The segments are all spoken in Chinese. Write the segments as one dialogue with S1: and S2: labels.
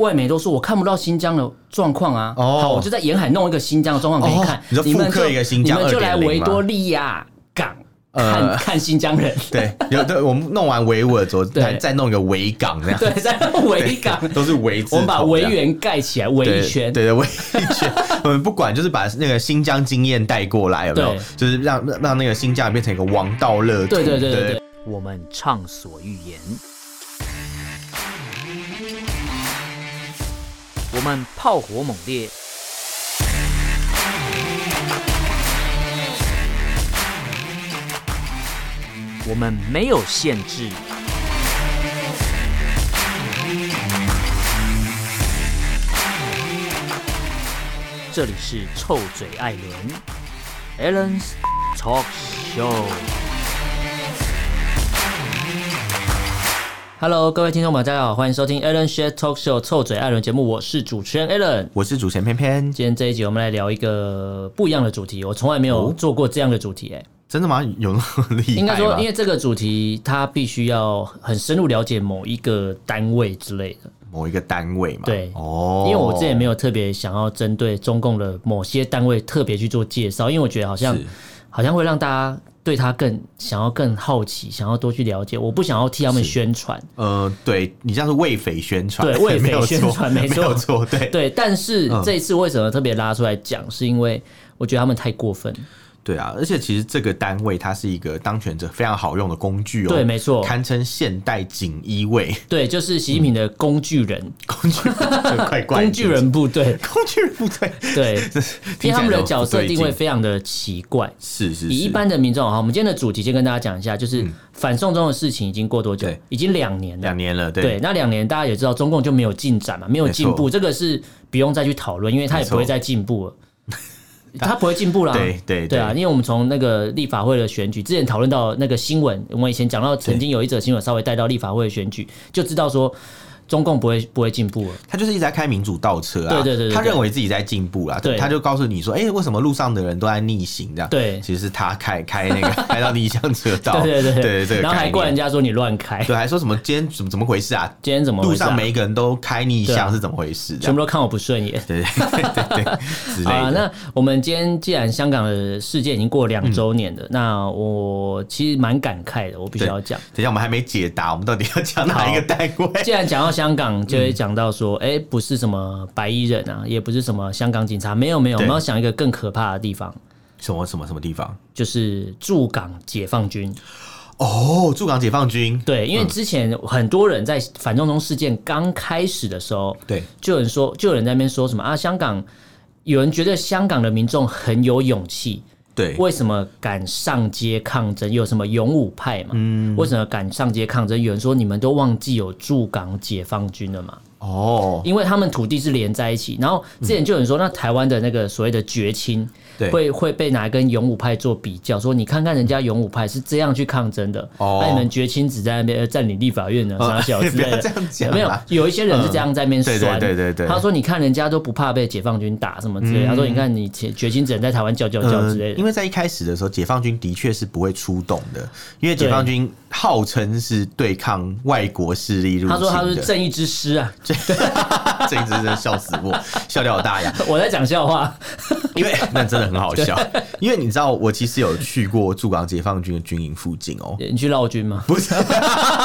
S1: 外媒都说我看不到新疆的状况啊，
S2: 哦
S1: 好，我就在沿海弄一个新疆的状况给你看
S2: 哦，你说
S1: 们
S2: 复刻
S1: 就
S2: 一个新疆
S1: 你们就来
S2: 2.0吗
S1: 维多利亚港看、
S2: 呃
S1: 看新疆人，
S2: 对，有对，我们弄完维吾尔族，
S1: 对
S2: 再再弄一个维港这样，
S1: 对，在维港，
S2: 都是维字头
S1: 我们
S2: 这样，
S1: 把维园盖起来，围一圈，
S2: 对对对，围一圈。 我们不管，就是把那个新疆经验带过来，有没有
S1: 对？
S2: 就是让让那个新疆变成一个王道乐土。
S1: 对对对对对。
S3: 我们畅所欲言；我们炮火猛烈；我们没有限制。这里是臭嘴艾伦 a l l e n s Talk Show。
S1: Hello，各位听众朋友，大家好，欢迎收听 Alan Share Talk Show 臭嘴艾伦节目，我是主持人 Alan。
S2: 我是主持人偏偏，
S1: 今天这一集我们来聊一个不一样的主题，我从来没有做过这样的主题、哎、
S2: 真的吗？有那么厉害吗？
S1: 应该说，因为这个主题它必须要很深入了解某一个单位之类的，
S2: 某一个单位嘛。
S1: 对
S2: 哦，
S1: 因为我之前没有特别想要针对中共的某些单位特别去做介绍，因为我觉得好像
S2: 是
S1: 好像会让大家对他更想要更好奇，想要多去了解，我不想要替他们宣传，
S2: 呃，对你这样是为匪宣传，
S1: 对为匪
S2: 没有错
S1: 宣传没
S2: 没
S1: 错
S2: 有错，对
S1: 对，但是
S2: 嗯
S1: 这一次为什么特别拉出来讲，是因为我觉得他们太过分。
S2: 对啊！而且其实这个单位它是一个当权者非常好用的工具哦，
S1: 对没错
S2: 堪称现代锦衣卫
S1: 对，就是习近平的工具人，
S2: 工具，这快嗯怪。
S1: 工具人部队
S2: 工具人 部队，
S1: 对， 因为他们的角色定位
S2: 听起来都不对劲
S1: 非常的奇怪。
S2: 是是是嗯
S1: 以一般的民众哈，我们今天的主题先跟大家讲一下，就是反送中的事情已经过多久
S2: 对？
S1: 已经两年了
S2: 两。年了，
S1: 对，
S2: 对
S1: 那两年大家也知道，中共就没有进展嘛，没有进步，
S2: 没错
S1: 这个是不用再去讨论，因为他也
S2: 没错
S1: 不会再进步 了。他不会进步啦，
S2: 对对
S1: 对啊，
S2: 对
S1: 因为我们从那个立法会的选举之前讨论到那个新闻，我们以前讲到曾经有一则新闻稍微带到立法会的选举，就知道说中共不会不会进步了。
S2: 他就是一直在开民主倒车啊，
S1: 对对对对对
S2: 他认为自己在进步啦，
S1: 对
S2: 他就告诉你说，哎、为什么路上的人都在逆行这样？
S1: 对
S2: 其实是他开 开那个开到逆向车道，
S1: 对对
S2: 哦对
S1: 对
S2: 这个
S1: 然后
S2: 概
S1: 还
S2: 念
S1: 怪人家说你乱开，
S2: 对，还说什么今天怎么怎么回事啊？
S1: 今天怎么
S2: 路
S1: 回事啊
S2: 上每一个人都开逆
S1: 对啊
S2: 向是怎么回事？这
S1: 全
S2: 样
S1: 部都看我不顺眼。
S2: 对对对对对之 类
S1: 啊，
S2: 的。
S1: 那我们今天既然香港的事件已经过两周年了，那我其实蛮感慨的，我必须
S2: 对
S1: 要讲。
S2: 等一下，我们还没解答，我们到底要讲哪一个单位？
S1: 既然讲到香港，就会讲到说，
S2: 嗯
S1: 哎、不是什么白衣人啊，也不是什么香港警察，没有没有，我
S2: 对
S1: 们要想一个更可怕的地方，
S2: 什么什么什么地方？
S1: 就是驻港解放军。
S2: 哦，驻港解放军。
S1: 对，因为之前很多人在反送中事件刚开始的时候，
S2: 对
S1: 就有人说，就有人在那边说什么啊，香港有人觉得香港的民众很有勇气，
S2: 对
S1: 为什么敢上街抗争？有什么勇武派嘛？
S2: 嗯
S1: 为什么敢上街抗争？有人说你们都忘记有驻港解放军了嘛？
S2: 哦，
S1: 因为他们土地是连在一起。然后之前就有人说，那台湾的那个所谓的绝亲，
S2: 对
S1: 会会被拿来跟勇武派做比较，说你看看人家勇武派是这样去抗争的，啊
S2: 哦
S1: 那你们绝亲只在那边呃占领立法院呢，
S2: 呃
S1: 啥 小之类
S2: 不要
S1: 的，
S2: 这样讲啦啊
S1: 没有，有一些人是这样在那边酸，
S2: 嗯对对对对对
S1: 他说你看人家都不怕被解放军打什么之类的，他说你看你绝绝亲只能在台湾叫叫叫之类
S2: 嗯，
S1: 的，
S2: 因为在一开始的时候，解放军的确是不会出动的，因为解放军号称是对抗外国势力入侵
S1: 他
S2: 的。
S1: 说他 是正义之师啊，
S2: 这一只真的笑死我，笑掉我大牙。
S1: 我在讲笑话，
S2: 因 为那真的很好笑，因为你知道，我其实有去过驻港解放军的军营附近哦、
S1: 你去绕军吗？
S2: 不是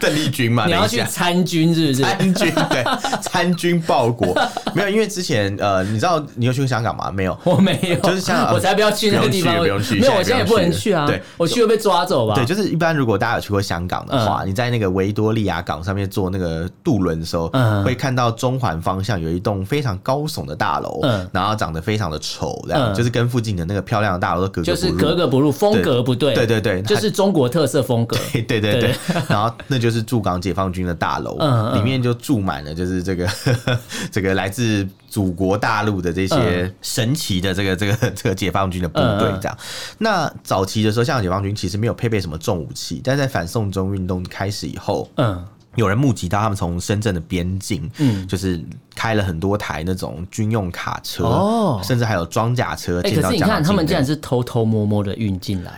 S2: 邓丽君嘛？
S1: 你要
S2: 等一
S1: 去
S2: 下
S1: 参军是不 是？
S2: 参军对，参军报国没有？因为之前呃，你知道你有去过香港吗？没有。
S1: 我没有，
S2: 就是香港
S1: 我才不要去那个地方，
S2: 不用去不用
S1: 没
S2: 去
S1: 有，我
S2: 现
S1: 现在
S2: 在也
S1: 也
S2: 不
S1: 不
S2: 用
S1: 能
S2: 去
S1: 去啊，
S2: 对
S1: 我去会被抓走吧？
S2: 对，就是一般如果大家有去过香港的
S1: 嗯
S2: 话，你在那个维多利亚港上面坐那个渡轮的时候，
S1: 嗯
S2: 会看到中环方向有一栋非常高耸的大楼，
S1: 嗯
S2: 然后长得非常的丑，这样、
S1: 嗯
S2: 就是跟附近的那个漂亮的大楼都格格不入。
S1: 就是格格不入，风格不对，
S2: 对对对
S1: 就是中国特色风格，
S2: 对对对
S1: 对
S2: 对，然后那就是驻港解放军的大楼，
S1: 嗯嗯
S2: 里面就住满了就是这个这个来自祖国大陆的这些
S1: 嗯
S2: 神奇的这个这个这个解放军的部队这样。那早期的时候，香港解放军其实没有配备什么重武器，但在反送中运动开始以后，
S1: 嗯，
S2: 有人目击到他们从深圳的边境，
S1: 嗯
S2: 嗯，就是开了很多台那种军用卡车，
S1: 哦
S2: 甚至还有装甲车
S1: 哎，
S2: 进
S1: 可
S2: 到
S1: 是你
S2: 香港境
S1: 看
S2: 内。
S1: 他们竟然是偷偷摸摸的运进来，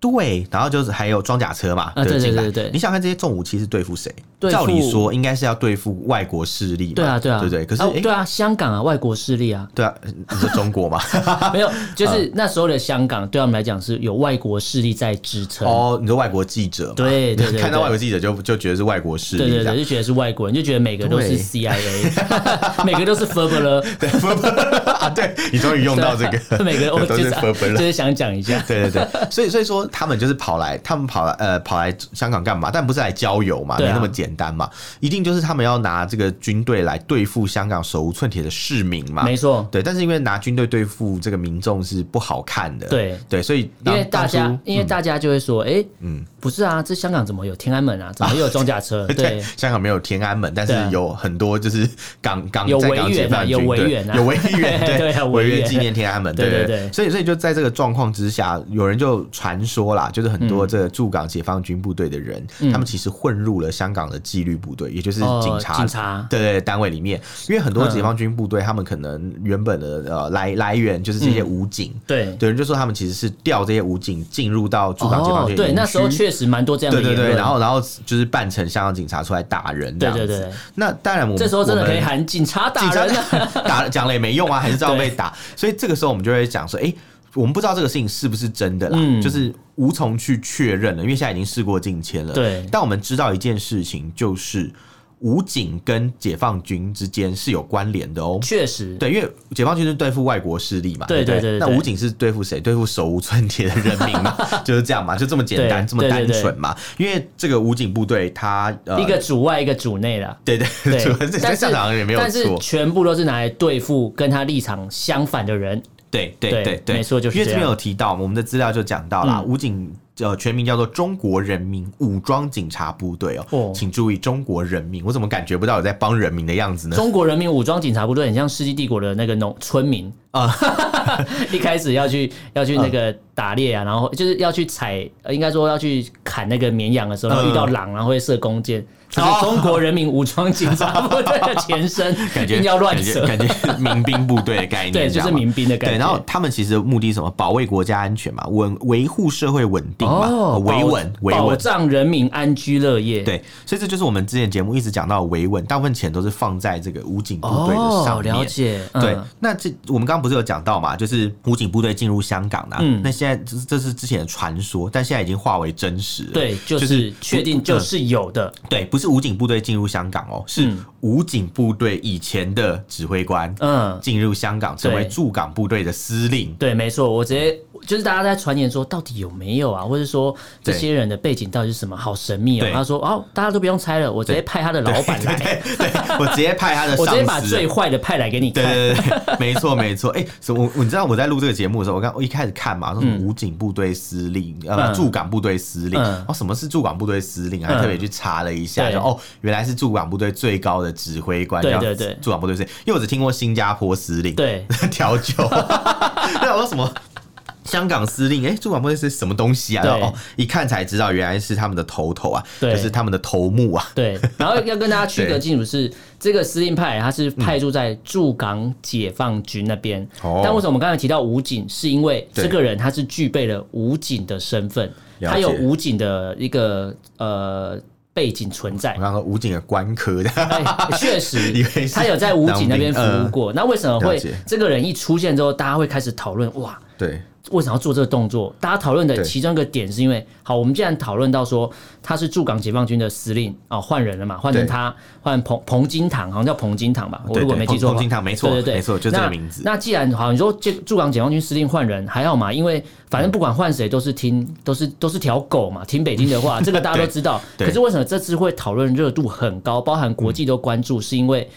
S2: 对，然后就是还有装甲车嘛，
S1: 啊对
S2: 对进来
S1: 对对对
S2: 你想看这些重武器是对付谁？
S1: 对付
S2: 照理说应该是要对付外国势力嘛，
S1: 对啊，对啊，
S2: 对不对？可是
S1: 啊
S2: 诶
S1: 对啊，香港啊，外国势力 啊，
S2: 对啊，你说中 国嘛？
S1: 没有，
S2: 啊
S1: 就是那时候的香港对他们来讲是有外国势力在支撑。
S2: 哦，你说外国记者嘛？
S1: 对对对
S2: 看到
S1: 对
S2: 外国记者就就觉得是外国势
S1: 对
S2: 力
S1: 对
S2: 这样
S1: 对，。就觉得是外国人，就觉得每个都是
S2: 对
S1: CIA，每个 都是 f e r b e r
S2: 对，不不 啊，对你终于用 到这个，
S1: 啊每个 人我
S2: 都
S1: 就是是
S2: Ferber
S1: 就是想讲一下，
S2: 对对对，所以所以说他们就是跑来，他们跑来呃跑来香港干嘛？但不是来郊游嘛，
S1: 对啊
S2: 没那么简单嘛，一定就是他们要拿这个军队来对付香港手无寸铁的市民嘛。
S1: 没错，
S2: 对，但是因为拿军队对付这个民众是不好看的，
S1: 对
S2: 对，所以
S1: 因为
S2: 当
S1: 大
S2: 当
S1: 家
S2: 初嗯
S1: 因为大家就会说，哎，嗯，不是啊，这香港怎么有天安 门啊，怎么又有装甲车？
S2: 对
S1: 对，
S2: 香港没有天安门，但是
S1: 对啊
S2: 有很多就是港港
S1: 有
S2: 在
S1: 维
S2: 港
S1: 园
S2: 解
S1: 啊
S2: 放军
S1: 有维
S2: 对
S1: 园啊
S2: 有 维园
S1: 对啊
S2: 维
S1: 维
S2: 园
S1: 园
S2: 纪念天安门，
S1: 对
S2: 对
S1: 对对
S2: 所以 所以就在这个状况之下，有人就传说啦，就是很多这个驻港解放军部队的人，他们其实混入了香港的纪律部队，也就是
S1: 嗯哦
S2: 警察。
S1: 警察嗯
S2: 对对对单位里面，因为很多解放军部队，他们可能原本的呃来来源就是这些
S1: 嗯
S2: 武警，
S1: 对
S2: 有人就说他们其实是调这些武警进入到驻港解放军的
S1: 哦对，
S2: 营
S1: 那时候
S2: 区
S1: 确实蛮多这样的
S2: 对对
S1: 言
S2: 对，
S1: 论，
S2: 然后然后就是扮成香港警察出来打人这
S1: 对
S2: 样子。
S1: 对对，
S2: 那当然我们
S1: 这时候真的可以
S2: 我们
S1: 喊警察打人啊，
S2: 警察打讲了 也没用 啊，还是照样被打。所以这个时候我们就会讲说，哎、我们不知道这个事情是不是真的啦，
S1: 嗯
S2: 就是无从去确认了，因为现在已经事过境迁了。
S1: 对
S2: 但我们知道一件事情，就是武警跟解放军之间是有关联的哦。
S1: 确实，
S2: 对，因为解放军是对付外国势力嘛，
S1: 对
S2: 对
S1: 对
S2: 不
S1: 对对
S2: 那
S1: 对
S2: 武警是对付谁？对付手无寸铁的人民 嘛，就是这样嘛，就这么简单，
S1: 对
S2: 这么单
S1: 对对
S2: 纯嘛。因为这个武警部队，他呃，
S1: 一个主外一个主内啦。
S2: 对对，
S1: 对
S2: 主要是，在
S1: 但
S2: 上
S1: 是
S2: 场也没有
S1: 但是
S2: 错，
S1: 全部都是拿来对付跟他立场相反的人。
S2: 对对
S1: 对
S2: 对对，
S1: 没错就是
S2: 因为
S1: 这
S2: 这
S1: 样
S2: 边有提到，我们的资料就讲到啦，
S1: 嗯
S2: 武警。呃，全名叫做中国人民武装警察部队哦，
S1: 哦
S2: 请注意中国人民，我怎么感觉不到有在帮人民的样子呢？
S1: 中国人民武装警察部队很像世纪帝国的那个农村民啊， 一开始要去要去那
S2: 嗯
S1: 个打猎啊，然后就是要去采，呃应该说要去砍那个绵羊的时
S2: 嗯
S1: 候，然后遇到狼，然后会射弓箭。这
S2: 哦
S1: 是中国人民武装警察部队的前身，
S2: 感觉
S1: 硬要乱
S2: 感觉
S1: 扯，
S2: 感觉民兵部队的 概念，
S1: 对，
S2: 这
S1: 就
S2: 样
S1: 是
S2: 嘛
S1: 民兵的感
S2: 对，
S1: 觉。
S2: 然后他们其实目的是什么？保卫国家安全嘛，稳维护社会稳定嘛，呃维
S1: 哦保
S2: 稳维
S1: 保
S2: 稳。
S1: 障人民安居乐业。
S2: 对，所以这就是我们之前节目一直讲到的维稳，大部分钱都是放在这个武警部队的上
S1: 哦，
S2: 面。
S1: 了解，嗯
S2: 对，那这我们刚刚不是有讲到嘛，就是武警部队进入香港啦、那现在这这是之前的传说，但现在已经化为真实了。
S1: 对，就
S2: 就是嗯
S1: 是确定就是嗯有的，
S2: 对，不是武警部队进入香港哦，是武警部队以前的指挥官
S1: 嗯，
S2: 进入香港，成为
S1: 对
S2: 驻港部队的司令。
S1: 对，没错，我直接就是大家在传言说到底有没有啊，或者说这些人的背景到底是什么，好神秘哦
S2: 对。
S1: 他说哦，大家都不用猜了，我直接派他的老板来，
S2: 对对，我直接派他的
S1: 我
S2: 上司。
S1: 直接 把最坏的派来给你
S2: 对
S1: 看。
S2: 对对 对，没错没错。哎、所以我我你知道我在录这个节目的时候，我刚我一开始看嘛，说什么武警部队司令，呃，
S1: 嗯
S2: 驻港部队司令，
S1: 嗯
S2: 哦，什么是驻港部队司令？还
S1: 嗯
S2: 特别去查了一下，
S1: 对
S2: 说哦，原来是驻港部队最高的指挥官，
S1: 对
S2: 叫
S1: 对对
S2: 驻港部队司令，因为我只听过新加坡司令，
S1: 对，
S2: 调酒，那我说什么？香港司令，哎、驻港部队是什么东西啊？
S1: 对
S2: 然后哦，一看才知道，原来是他们的头头啊，
S1: 对
S2: 就是他们的头目啊，
S1: 对，然后要跟大家区隔清楚是，这个司令派他
S2: 嗯
S1: 是派驻在驻港解放军那边。
S2: 哦
S1: 但为什么我们刚才提到武警，是因为
S2: 对
S1: 这个人他是具备了武警的身份，
S2: 了
S1: 他有
S2: 解
S1: 武警的一个呃背景存在
S2: 我。刚刚说武警的官科的，
S1: 哎，确实
S2: 以为，是
S1: 他有在武警那边服
S2: 当兵嗯
S1: 务过。那为什么会
S2: 了解
S1: 这个人一出现之后，大家会开始讨论？哇，
S2: 对，
S1: 为什么要做这个动作？大家讨论的
S2: 对
S1: 其中一个点是因为，好，我们既然讨论到说他是驻港解放军的司令哦，换人了嘛，换成
S2: 对
S1: 他，换彭彭金堂，好像叫彭金堂吧，我
S2: 对
S1: 如果
S2: 对
S1: 没记错的话，
S2: 彭金堂没错
S1: 对对对，
S2: 没错就这个
S1: 那
S2: 名字
S1: 那既然好，你说这驻港解放军司令换人还好嘛，因为反正不管换谁都是听都是都是条狗嘛，听北京的话，这个大家都知道。
S2: 对
S1: 可是为什么这次会讨论热度很高，包含国际都关注，是因为？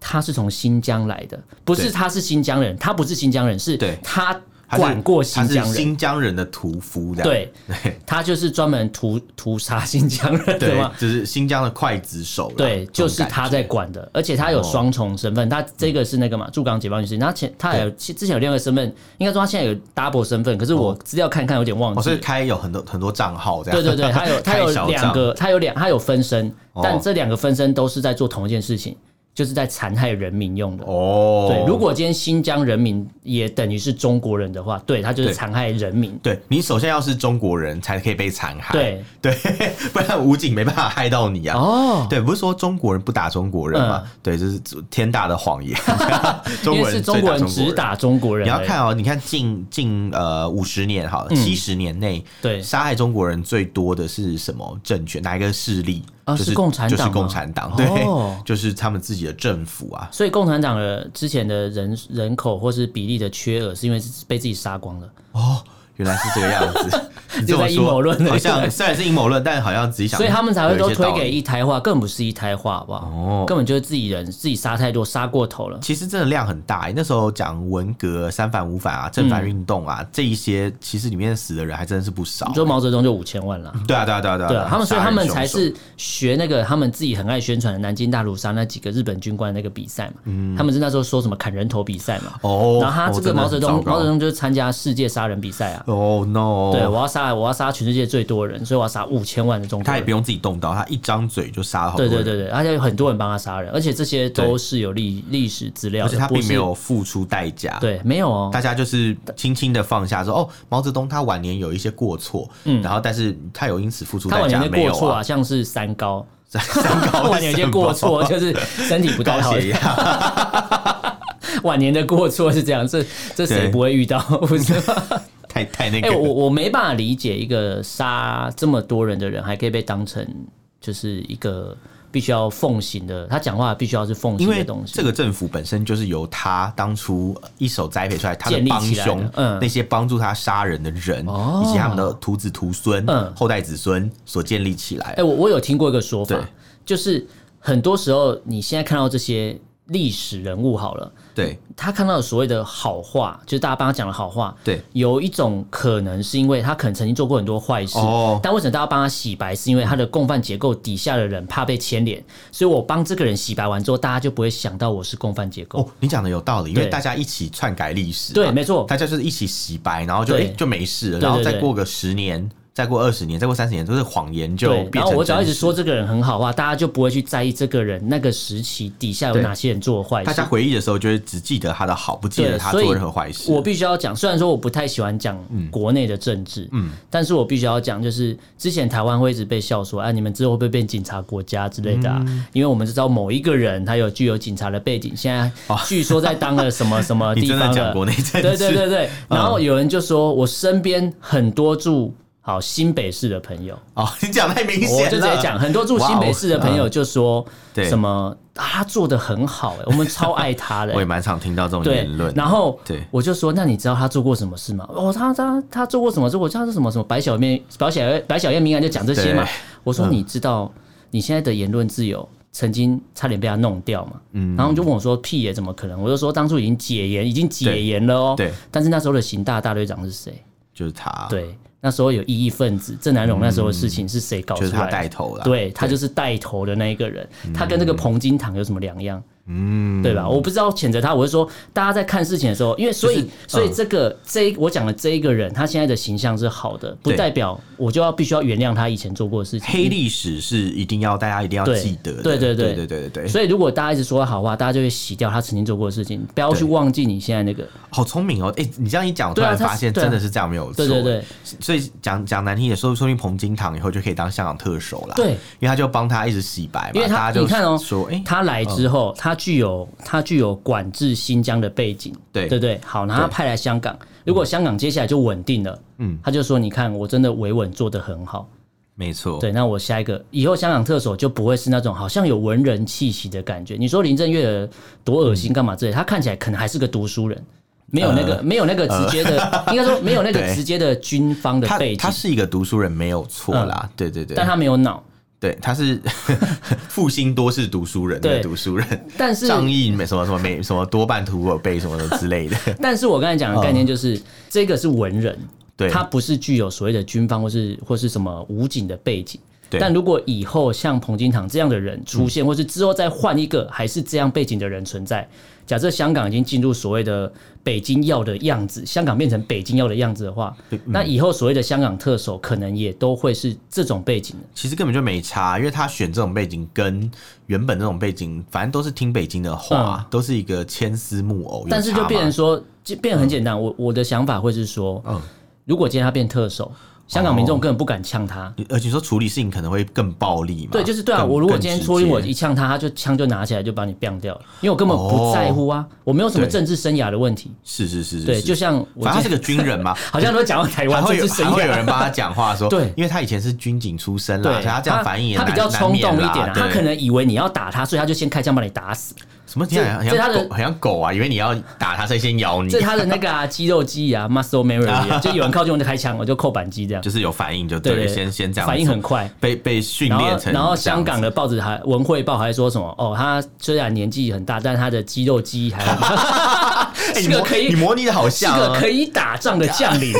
S1: 他是从新疆来的，不
S2: 对
S1: 是他是新疆人，他不是新疆人，是
S2: 对
S1: 他
S2: 他是
S1: 管过新疆
S2: 他是
S1: 人，
S2: 新疆人的屠夫这样。
S1: 对，他就是专门屠屠杀新疆人的
S2: 对
S1: 嘛，，
S2: 就是新疆的刽子手啦。
S1: 对，
S2: 这
S1: 就
S2: 种
S1: 是
S2: 感觉哦
S1: 他在管的，而且他有双重身份，他这个是那个嘛，驻港解放军司令，他前他还有其之前有另外一个身份，应该说他现在有 double 身份，可是我资料看看有点忘
S2: 哦，所以
S1: 记。
S2: 开有很多很多账号这样。
S1: 对对 对，他有他有
S2: 开小账
S1: 两个，他有两他有分身
S2: 哦，
S1: 但这两个分身都是在做同一件事情，就是在残害人民用的。
S2: 哦，
S1: 对，如果今天新疆人民也等于是中国人的话，对他就是
S2: 对
S1: 残害人民。
S2: 对你首先要是中国人才可以被残害，
S1: 对
S2: 对，不然武警没办法害到你啊。
S1: 哦，嗯
S2: 对，不是说中国人不打中国人嘛？对，这是天大的谎 言。中
S1: 因
S2: 国
S1: 为是
S2: 人
S1: 中
S2: 最
S1: 国
S2: 打
S1: 人
S2: 中国
S1: 只
S2: 人。
S1: 打中国人
S2: 你
S1: 而已。
S2: 要看哦，你看近近呃五十年好了，七十年内，
S1: 对
S2: 杀害中国人最多的是什么政权？哪一个势力？
S1: 啊
S2: 就是
S1: 共产
S2: 就是
S1: 党
S2: 共
S1: 吗
S2: 产党，
S1: 哦
S2: 对， 就是他们自己的政府啊。
S1: 所以共产党的之前的人人口或是比例的缺额，是因为是被自己杀光了，
S2: 哦，原来是这个样 子。你这
S1: 又
S2: 么
S1: 在阴谋论
S2: 说，
S1: 了
S2: 好像虽然是阴谋论，但好像自己想，
S1: 所以他们才会都推给
S2: 一。
S1: 一胎化，根本不是一胎化，好不好？
S2: 哦
S1: 根本就是自己人，自己杀太多，杀过头了。
S2: 其实真的量很大、欸，那时候讲文革、三反五反
S1: 嗯
S2: 啊、正反运动啊、这一些，其实里面死的人还真的是不少、
S1: 你说毛泽东就五千万了。
S2: 对啊，对啊，对啊，对啊，
S1: 对啊，他们所以
S2: 杀
S1: 他
S2: 人
S1: 们
S2: 凶
S1: 才
S2: 手
S1: 是学那个他们自己很爱宣传的南京大屠杀那几个日本军官那个比赛嘛，他们是那时候说什么砍人头比赛嘛，
S2: 嗯哦。
S1: 然后他
S2: 哦
S1: 这
S2: 真
S1: 个
S2: 的
S1: 毛泽
S2: 很
S1: 东
S2: 糟糕
S1: 毛泽东就是参加世界杀人比赛啊，
S2: 哦、no，
S1: 对我要杀我要杀全世界最多人，所以我要杀五千万的中国
S2: 他也
S1: 人
S2: 不。用自己动刀，他一张嘴就杀了好多
S1: 对
S2: 人。
S1: 对对对，而且有很多人帮他杀人，而且这些都是有历历史资料
S2: 而
S1: 的，
S2: 且他
S1: 不
S2: 并
S1: 是
S2: 没有付出代价。。
S1: 对没有哦
S2: 大，家就是轻轻的放下说，哦，毛泽东他晚年有一些过错，然后但是他有因此付
S1: 嗯
S2: 出
S1: 他
S2: 代
S1: 晚
S2: 价
S1: 年的
S2: 没
S1: 过
S2: 有
S1: 错
S2: 啊
S1: 啊，？像是三高，
S2: 三
S1: 他
S2: 高
S1: 晚年有些过错
S2: 什么
S1: 就是身体不太
S2: 高
S1: 好，
S2: 血压，
S1: 晚年的过错是这样，这这谁
S2: 对
S1: 不会遇到？ 不是吗？
S2: 太太那
S1: 哎、
S2: 个。
S1: 我我没办法理解一个杀这么多人的人，还可以被当成就是一个必须要奉行的，他讲话必须要是奉
S2: 因
S1: 行的
S2: 为
S1: 东西。
S2: 这个政府本身就是由他当初一手栽培出来，他的
S1: 建立
S2: 帮
S1: 起来的
S2: 凶，
S1: 嗯
S2: 那些帮助他杀人的人，
S1: 哦
S2: 以及他们的徒子徒孙、
S1: 嗯
S2: 后代子孙所建立起来
S1: 哎、。我我有听过一个说
S2: 对
S1: 法，就是很多时候你现在看到这些历史人物好了，
S2: 对
S1: 他看到的所谓的好话，就是大家帮他讲的好话，
S2: 对，
S1: 有一种可能是因为他可能曾经做过很多坏事，
S2: 哦
S1: 但为什么大家帮他洗白？是因为他的共犯结构底下的人怕被牵连，所以我帮这个人洗白完之后，大家就不会想到我是共犯结构。
S2: 哦，你讲的有道理，因为
S1: 对
S2: 大家一起篡改历史嘛，啊
S1: 对没错
S2: 大家就是一起洗白，然后就哎、
S1: 对
S2: 就没事了，
S1: 对
S2: 然后
S1: 对
S2: 再
S1: 对
S2: 过个十年，再过二十年，再过三十年，都是谎言就
S1: 对，
S2: 变
S1: 然
S2: 成
S1: 后我只要一直
S2: 真实
S1: 说这个人很好话，大家就不会去在意这个人那个时期底下有
S2: 对
S1: 哪些人做坏事。
S2: 大家回忆的时候，就会只记得他的好，不记
S1: 对，
S2: 得他
S1: 所以
S2: 做任何坏事。
S1: 我必须要讲，虽然说我不太喜欢讲国内的政治，嗯，但是我必须要讲，就是之前台湾会一直被笑说，啊，你们之后会不会变警察国家之类的啊？
S2: 嗯
S1: 因为我们知道某一个人他有具有警察的背景，现在据说在当了什么什 么
S2: 哦你
S1: 地
S2: 真的
S1: 方
S2: 讲
S1: 的，
S2: 国内嗯政治，
S1: 对对对对。然后有人就说，我身边很多住好新北市的朋友，
S2: 哦，你讲太明显了，哦嗯
S1: 我就直接讲，很多住新北市的朋友就说
S2: 对
S1: 什么、啊他做的很好、欸，我们超爱他的、
S2: 我也蛮常听到这种
S1: 对
S2: 言论，。
S1: 然后
S2: 对
S1: 我就说，那你知道他做过什么事吗？哦，他他他做过什么事？我知道是什么什么白小燕，白小燕白小燕敏感就讲这些嘛
S2: 对。嗯
S1: 我说你知道你现在的言论自由。曾经差点被他弄掉嘛，嗯，然后就问我说：“屁耶，怎么可能？”我就说：“当初已经解严，已经解
S2: 对
S1: 严了哦。”
S2: 对
S1: 但是那时候的刑大大队长是谁？
S2: 就是他，，
S1: 对，那时候有异议分子，郑南荣那时候的事情是谁搞出
S2: 就
S1: 来
S2: 是
S1: 的？
S2: 他带头了，
S1: 对他就是带头的那一个人，
S2: 嗯
S1: 他跟这个彭金堂有什么两样？嗯，对吧？我不知道谴责他，我是说，大家在看事情的时候，因为所以、
S2: 嗯
S1: 所以这个这一我讲的这一个人，他现在的形象是好的，不
S2: 对
S1: 代表我就要必须要原谅他以前做过的事情。
S2: 黑历史是一定要大家一定要
S1: 对
S2: 记得的，
S1: 对对对
S2: 对对对对对，
S1: 所以如果大家一直说他好话，大家就会洗掉他曾经做过的事情，不要去
S2: 对
S1: 忘记你现在那个。
S2: 好聪明哦！哎，你这样一讲，我突
S1: 对啊
S2: 然
S1: 他是
S2: 发现
S1: 对啊
S2: 真的是这样没有错，
S1: 对对对，
S2: 所以讲讲难听点，说说明彭金堂以后就可以当香港特首啦，
S1: 对
S2: 因为他就帮他一直洗白嘛，
S1: 因为他
S2: 大家就
S1: 你看哦
S2: 说哎，
S1: 他来之后，他具有他具有管制新疆的背景，
S2: 对嗯
S1: 对不对，好，然后他派来香港，如果香港接下来就稳定了，嗯，他就说你看我真的维稳做得很好，
S2: 没错，
S1: 对，那我下一个以后香港特首就不会是那种好像有文人气息的感觉。你说林郑月娥多恶
S2: 嗯
S1: 心干嘛之类，他看起来可能还是个读书人。没有那个，没有那个直接的，应该说没有那个
S2: 呃对
S1: 直接的军方的
S2: 他
S1: 背景嗯
S2: 他，是一个读书人没有错啦，对对对，
S1: 但他没有脑。
S2: 对他是 复兴多是读书人
S1: 对
S2: 的读书人，
S1: 但是
S2: 仗义没什么什么没什么多半图我背什么的 之类的，
S1: 但是我刚才讲的概
S2: 嗯
S1: 念就是，这个是文人，
S2: 对
S1: 他不是具有所谓的军方或是或是什么武警的背景，
S2: 对
S1: 但如果以后像彭金堂这样的人出现，或是之后再换一个还是这样背景的人存在，假设香港已经进入所谓的北京要的样子，香港变成北京要的样子的话，
S2: 嗯
S1: 那以后所谓的香港特首可能也都会是这种背景的。
S2: 其实根本就没差，因为他选这种背景跟原本这种背景，反正都是听北京的话，都是一个千丝木偶。有
S1: 嗯但是就
S2: 差吗
S1: 变成说，就变得很简单。我我的想法会是说，
S2: 嗯哦
S1: 如果今天他变特首，香港民众根本不敢呛他。
S2: 呃你而且说处理事情可能会更暴力嘛？
S1: 对，就是对啊。
S2: 更
S1: 我如果
S2: 更
S1: 今天
S2: 直
S1: 戳晕
S2: 接
S1: 我一呛他，他就枪就拿起来就把你毙掉了，因为我根本不在乎啊，我没有什么
S2: 对
S1: 政治生涯的问题。
S2: 是是是是，
S1: 对，
S2: 是
S1: 就像我
S2: 反正他是
S1: 今
S2: 个军人嘛，
S1: 好像都讲到台
S2: 还
S1: 湾
S2: 会
S1: 政
S2: 有
S1: 治生
S2: 还会有
S1: 涯。
S2: 人帮他讲话说，
S1: 对
S2: 因为他以前是军警出身啦，
S1: 对
S2: 所以他这样反应也
S1: 他比较
S2: 难
S1: 冲动一
S2: 难
S1: 点
S2: 免
S1: 啊
S2: 啦，
S1: 他
S2: 对
S1: 可能以为你要打他，所以他就先开枪把你打死。
S2: 什么听起来很
S1: 这这他
S2: 像
S1: 的
S2: 狗，很像狗啊，以为你要打他，所以先咬你
S1: 这，是他的那个啊肌肉记忆 啊，muscle memory，啊就有人靠近我就开枪，我就扣扳机这样
S2: 就。是有反应就
S1: 对
S2: 对，
S1: 对，
S2: 了，先先这样做，
S1: 反应很快。
S2: 被被训
S1: 然
S2: 练
S1: 后
S2: 成，
S1: 然后
S2: 这样
S1: 香港
S2: 子
S1: 的报纸还《文汇报》还说什么？哦，他虽然年纪很大，但他的肌肉记忆还 很，
S2: 哎
S1: 是
S2: 你
S1: 个
S2: 模
S1: 可以
S2: 你模拟的好
S1: 是
S2: 像
S1: 个
S2: 啊
S1: 可，以打仗的 将领。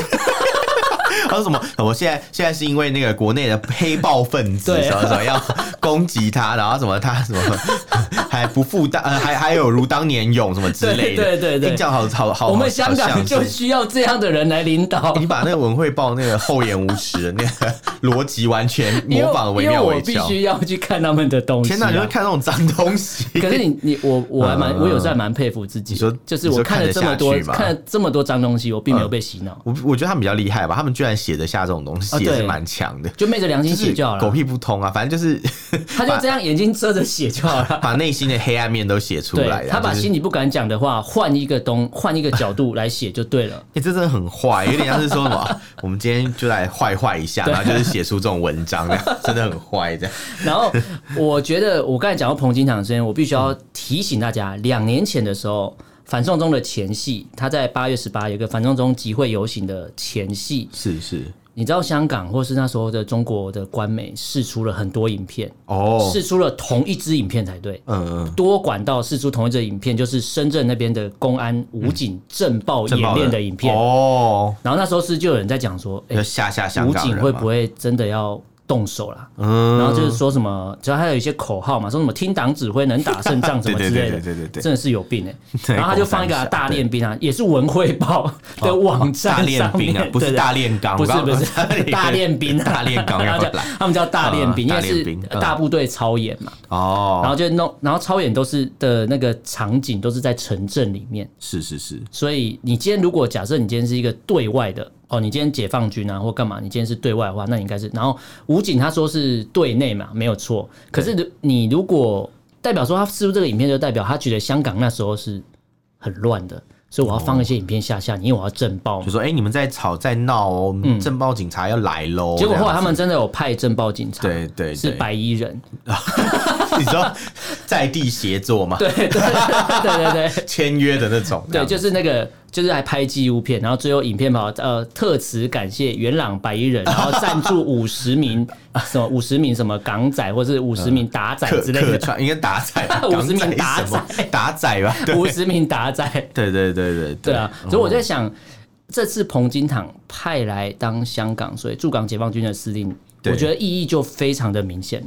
S2: 他说什么？我现在现在是因为那个国内的黑豹分子
S1: 对
S2: 什么什么要攻击他，然后什么他什么 还不负担，呃还还有如当年勇什么之类的，
S1: 对对对对
S2: 听起来好好好，
S1: 我们
S2: 哦好
S1: 香港
S2: 像
S1: 就是需要这样的人来领导
S2: 你。把那个文汇报那个厚颜无耻的那个逻辑完全
S1: 因为
S2: 模仿 惟
S1: 因为
S2: 妙
S1: 我
S2: 惟
S1: 必
S2: 肖。
S1: 须要去看他们的东西啊。
S2: 天哪，你会看那种脏东西？
S1: 可是你你我我还蛮
S2: 嗯
S1: 我有时候还蛮佩服自己，
S2: 你说
S1: 就是
S2: 你
S1: 我
S2: 说
S1: 看了
S2: 看得
S1: 这么多
S2: 下去吗嗯
S1: 看了这么多脏东西，我并没有被洗脑，
S2: 我我觉得他们比较厉害吧，他们居然写得下这种东西，
S1: 哦
S2: 也是
S1: 对
S2: 蛮强的。
S1: 就昧着良心
S2: 就
S1: 写
S2: 是
S1: 就好
S2: 狗
S1: 了。
S2: 屁不通啊，反正就是
S1: 他就这样眼睛遮着写就好了。
S2: 把内心的黑暗面都写出
S1: 对
S2: 来。，啊
S1: 他把
S2: 就是
S1: 心里不敢讲的话，换一个东，换一个角度来写就对了。
S2: 欸，这真的很坏，有点像是说什么， 我们今天就来坏坏一下，然后就是写出这种文章，这样真的很 坏，这样。
S1: 然后我觉得，我刚才讲到彭金堂之前，我必须要提醒大家，两年前的时候，反送中的前戏，他在八月十八有一个反送中集会游行的前戏，
S2: 是是，
S1: 你知道香港或是那时候的中国的官媒试出了很多影片，
S2: 哦，
S1: 试出了同一支影片才对。
S2: 嗯嗯，
S1: 多管道试出同一支影片，就是深圳那边的公安武警震爆
S2: 正
S1: 演
S2: 报
S1: 练的影片。
S2: 哦，
S1: 然后那时候是就有人在讲说，哎
S2: 要，吓吓香
S1: 武
S2: 港
S1: 警
S2: 人
S1: 会
S2: 嘛
S1: 不？会真的要动手啦？
S2: 嗯，
S1: 然后就是说什么，只要他有一些口号嘛，说什么听党指挥能打胜 仗什
S2: 对
S1: 么
S2: 对
S1: 之
S2: 对
S1: 类
S2: 对
S1: 的，
S2: 对对对，
S1: 真的是有病哎、
S2: 对
S1: 然后他就放一个啊大练兵啊，也是文汇报的网
S2: 哦大
S1: 站
S2: 练
S1: 上
S2: 兵
S1: 面，
S2: 啊，不是
S1: 对
S2: 大炼钢，
S1: 不是
S2: 我
S1: 不
S2: 刚
S1: 是大练兵啊，
S2: 大炼钢
S1: 他
S2: 要
S1: 们叫
S2: 来
S1: 他们叫大练兵，
S2: 嗯
S1: 因为
S2: 大练
S1: 是
S2: 兵嗯
S1: 大部队操演嘛，然
S2: 哦，
S1: 后就弄，然后操演都是的那个场景都是在城镇里面，
S2: 是是是，
S1: 所以你今天如果假设你今天是一个对外的哦，你今天解放军啊或干嘛，你今天是对外的话，那你应该是。然后武警他说是对内嘛，没有错。可是如你如果代表说他是不是这个影片，就代表他觉得香港那时候是很乱的，所以我要放一些影片吓吓你，因为我要震爆嘛
S2: 就。说哎，你们在吵在闹哦，我们政报警察要来喽。
S1: 嗯结果后来他们
S2: 这
S1: 真的有派震爆警察，
S2: 样子对对
S1: 是
S2: 对，
S1: 白衣 人，
S2: 你说在地协作嘛，
S1: 对对对对对对。
S2: 签约的那种，这
S1: 对，
S2: 样子
S1: 就是那个，就是还拍纪录片，然后最后影片跑呃，特此感谢元朗白衣 人，然后赞助五十名什么五十名什么港仔，或是五十名打仔
S2: 客
S1: 之类的，，
S2: 串应该打仔
S1: 五十名
S2: 港仔
S1: 打
S2: 什么打 仔吧，对
S1: 五十名打仔，
S2: 对对对对哦
S1: 对啊，所以我在想，这次彭金堂派来当香港，所以驻港解放军的司令，
S2: 对
S1: 我觉得意义就非常的明显了。